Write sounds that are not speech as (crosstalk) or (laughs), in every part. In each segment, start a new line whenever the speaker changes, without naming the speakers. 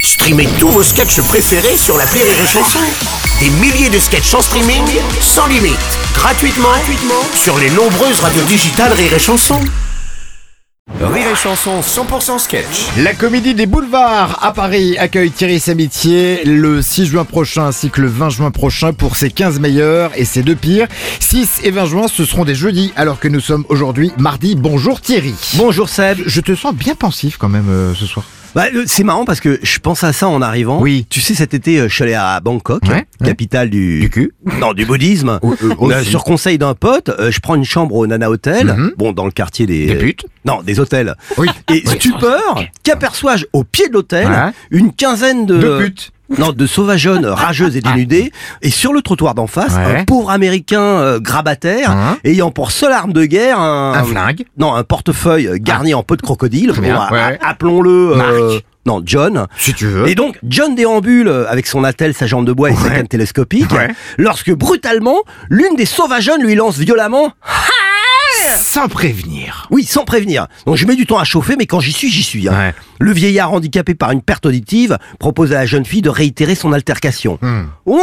Streamez tous vos sketchs préférés sur la Rire et Chanson. Des milliers de sketchs en streaming, sans limite, gratuitement, gratuitement sur les nombreuses radios digitales Rire et Chanson. Rire et Chanson 100% sketch.
La comédie des boulevards à Paris accueille Thierry Samitier le 6 juin prochain ainsi que le 20 juin prochain pour ses 15 meilleurs et ses deux pires. 6 et 20 juin, ce seront des jeudis alors que nous sommes aujourd'hui mardi. Bonjour Thierry.
Bonjour Seb.
Je te sens bien pensif quand même euh, ce soir.
Bah, le- c'est marrant parce que je pense à ça en arrivant.
Oui.
Tu sais, cet été, euh, je suis allé à Bangkok,
Ouais, ouais.
capitale du... Du
cul.
Non, du bouddhisme. Euh,
aussi.
sur conseil d'un pote, euh, je prends une chambre au Nana Hotel.
Mhm.
Bon, dans le quartier des...
Des putes.
Non, des hôtels.
Oui.
Et stupeur, qu'aperçois-je au pied de l'hôtel
Ouais.
une quinzaine de...
Deux putes.
Non,
(laughs)
de sauvageonnes rageuses et dénudées. Et sur le trottoir d'en face,
Ah. Ouais.
un pauvre américain euh, grabataire,
Hein
ayant pour seule arme de guerre un,
Un flingue. Ah.
Non, un portefeuille garni en peau de crocodile.
Très bien,
Bon, a-
ouais.
a- Appelons-le. euh,
Marc.
non, John.
Si tu veux.
Et donc, John déambule euh, avec son attel, sa jambe de bois et sa canne télescopique,
Ouais.
lorsque brutalement, l'une des sauvageonnes lui lance violemment,
Sans prévenir.
oui, sans prévenir. Donc je mets du temps à chauffer, mais quand j'y suis, j'y suis. hein.
Ouais.
Le vieillard handicapé par une perte auditive propose à la jeune fille de réitérer son altercation.
Hmm.
What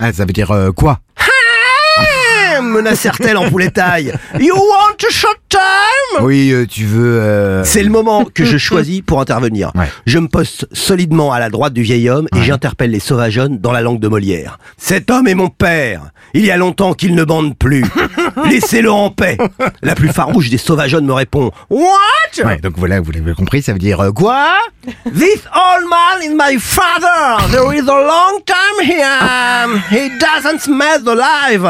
Ah, ça veut dire euh, quoi
Eh, menacèrent-elles en poulet taille. You want a short time
Oui, euh, tu veux. euh,
C'est le moment que je choisis pour intervenir.
Ouais.
Je me poste solidement à la droite du vieil homme et j'interpelle les sauvageonnes dans la langue de Molière. Cet homme est mon père. Il y a longtemps qu'il ne
(laughs)
bande plus. Laissez-le en paix. La plus farouche des sauvageonnes me répond What
Ouais, donc voilà, vous l'avez compris, ça veut dire euh, quoi
This old man is my father. There is a long time here. He doesn't smell alive.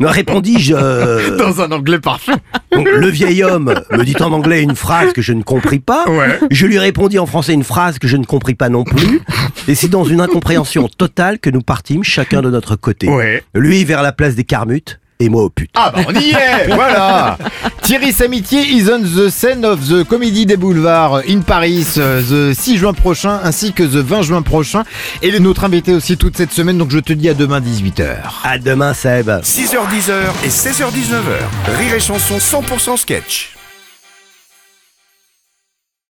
me répondis-je. euh,
Oh, (laughs) Dans un anglais parfait.
Donc, le vieil homme me dit en anglais une phrase que je ne compris pas.
Ouais.
Je lui répondis en français une phrase que je ne compris pas non plus. Et c'est dans une incompréhension totale que nous partîmes chacun de notre côté.
Ouais.
Lui vers la place des Carmutes et moi au pute.
Ah bah on y est, voilà Thierry Samitier is on the scene of the Comédie des Boulevards in Paris euh, the 6 juin prochain ainsi que the 20 juin prochain et est notre invité aussi toute cette semaine donc je te dis à demain 18h.
À demain, Seb.
6h10h et 16h19h. Rire et chanson 100% sketch.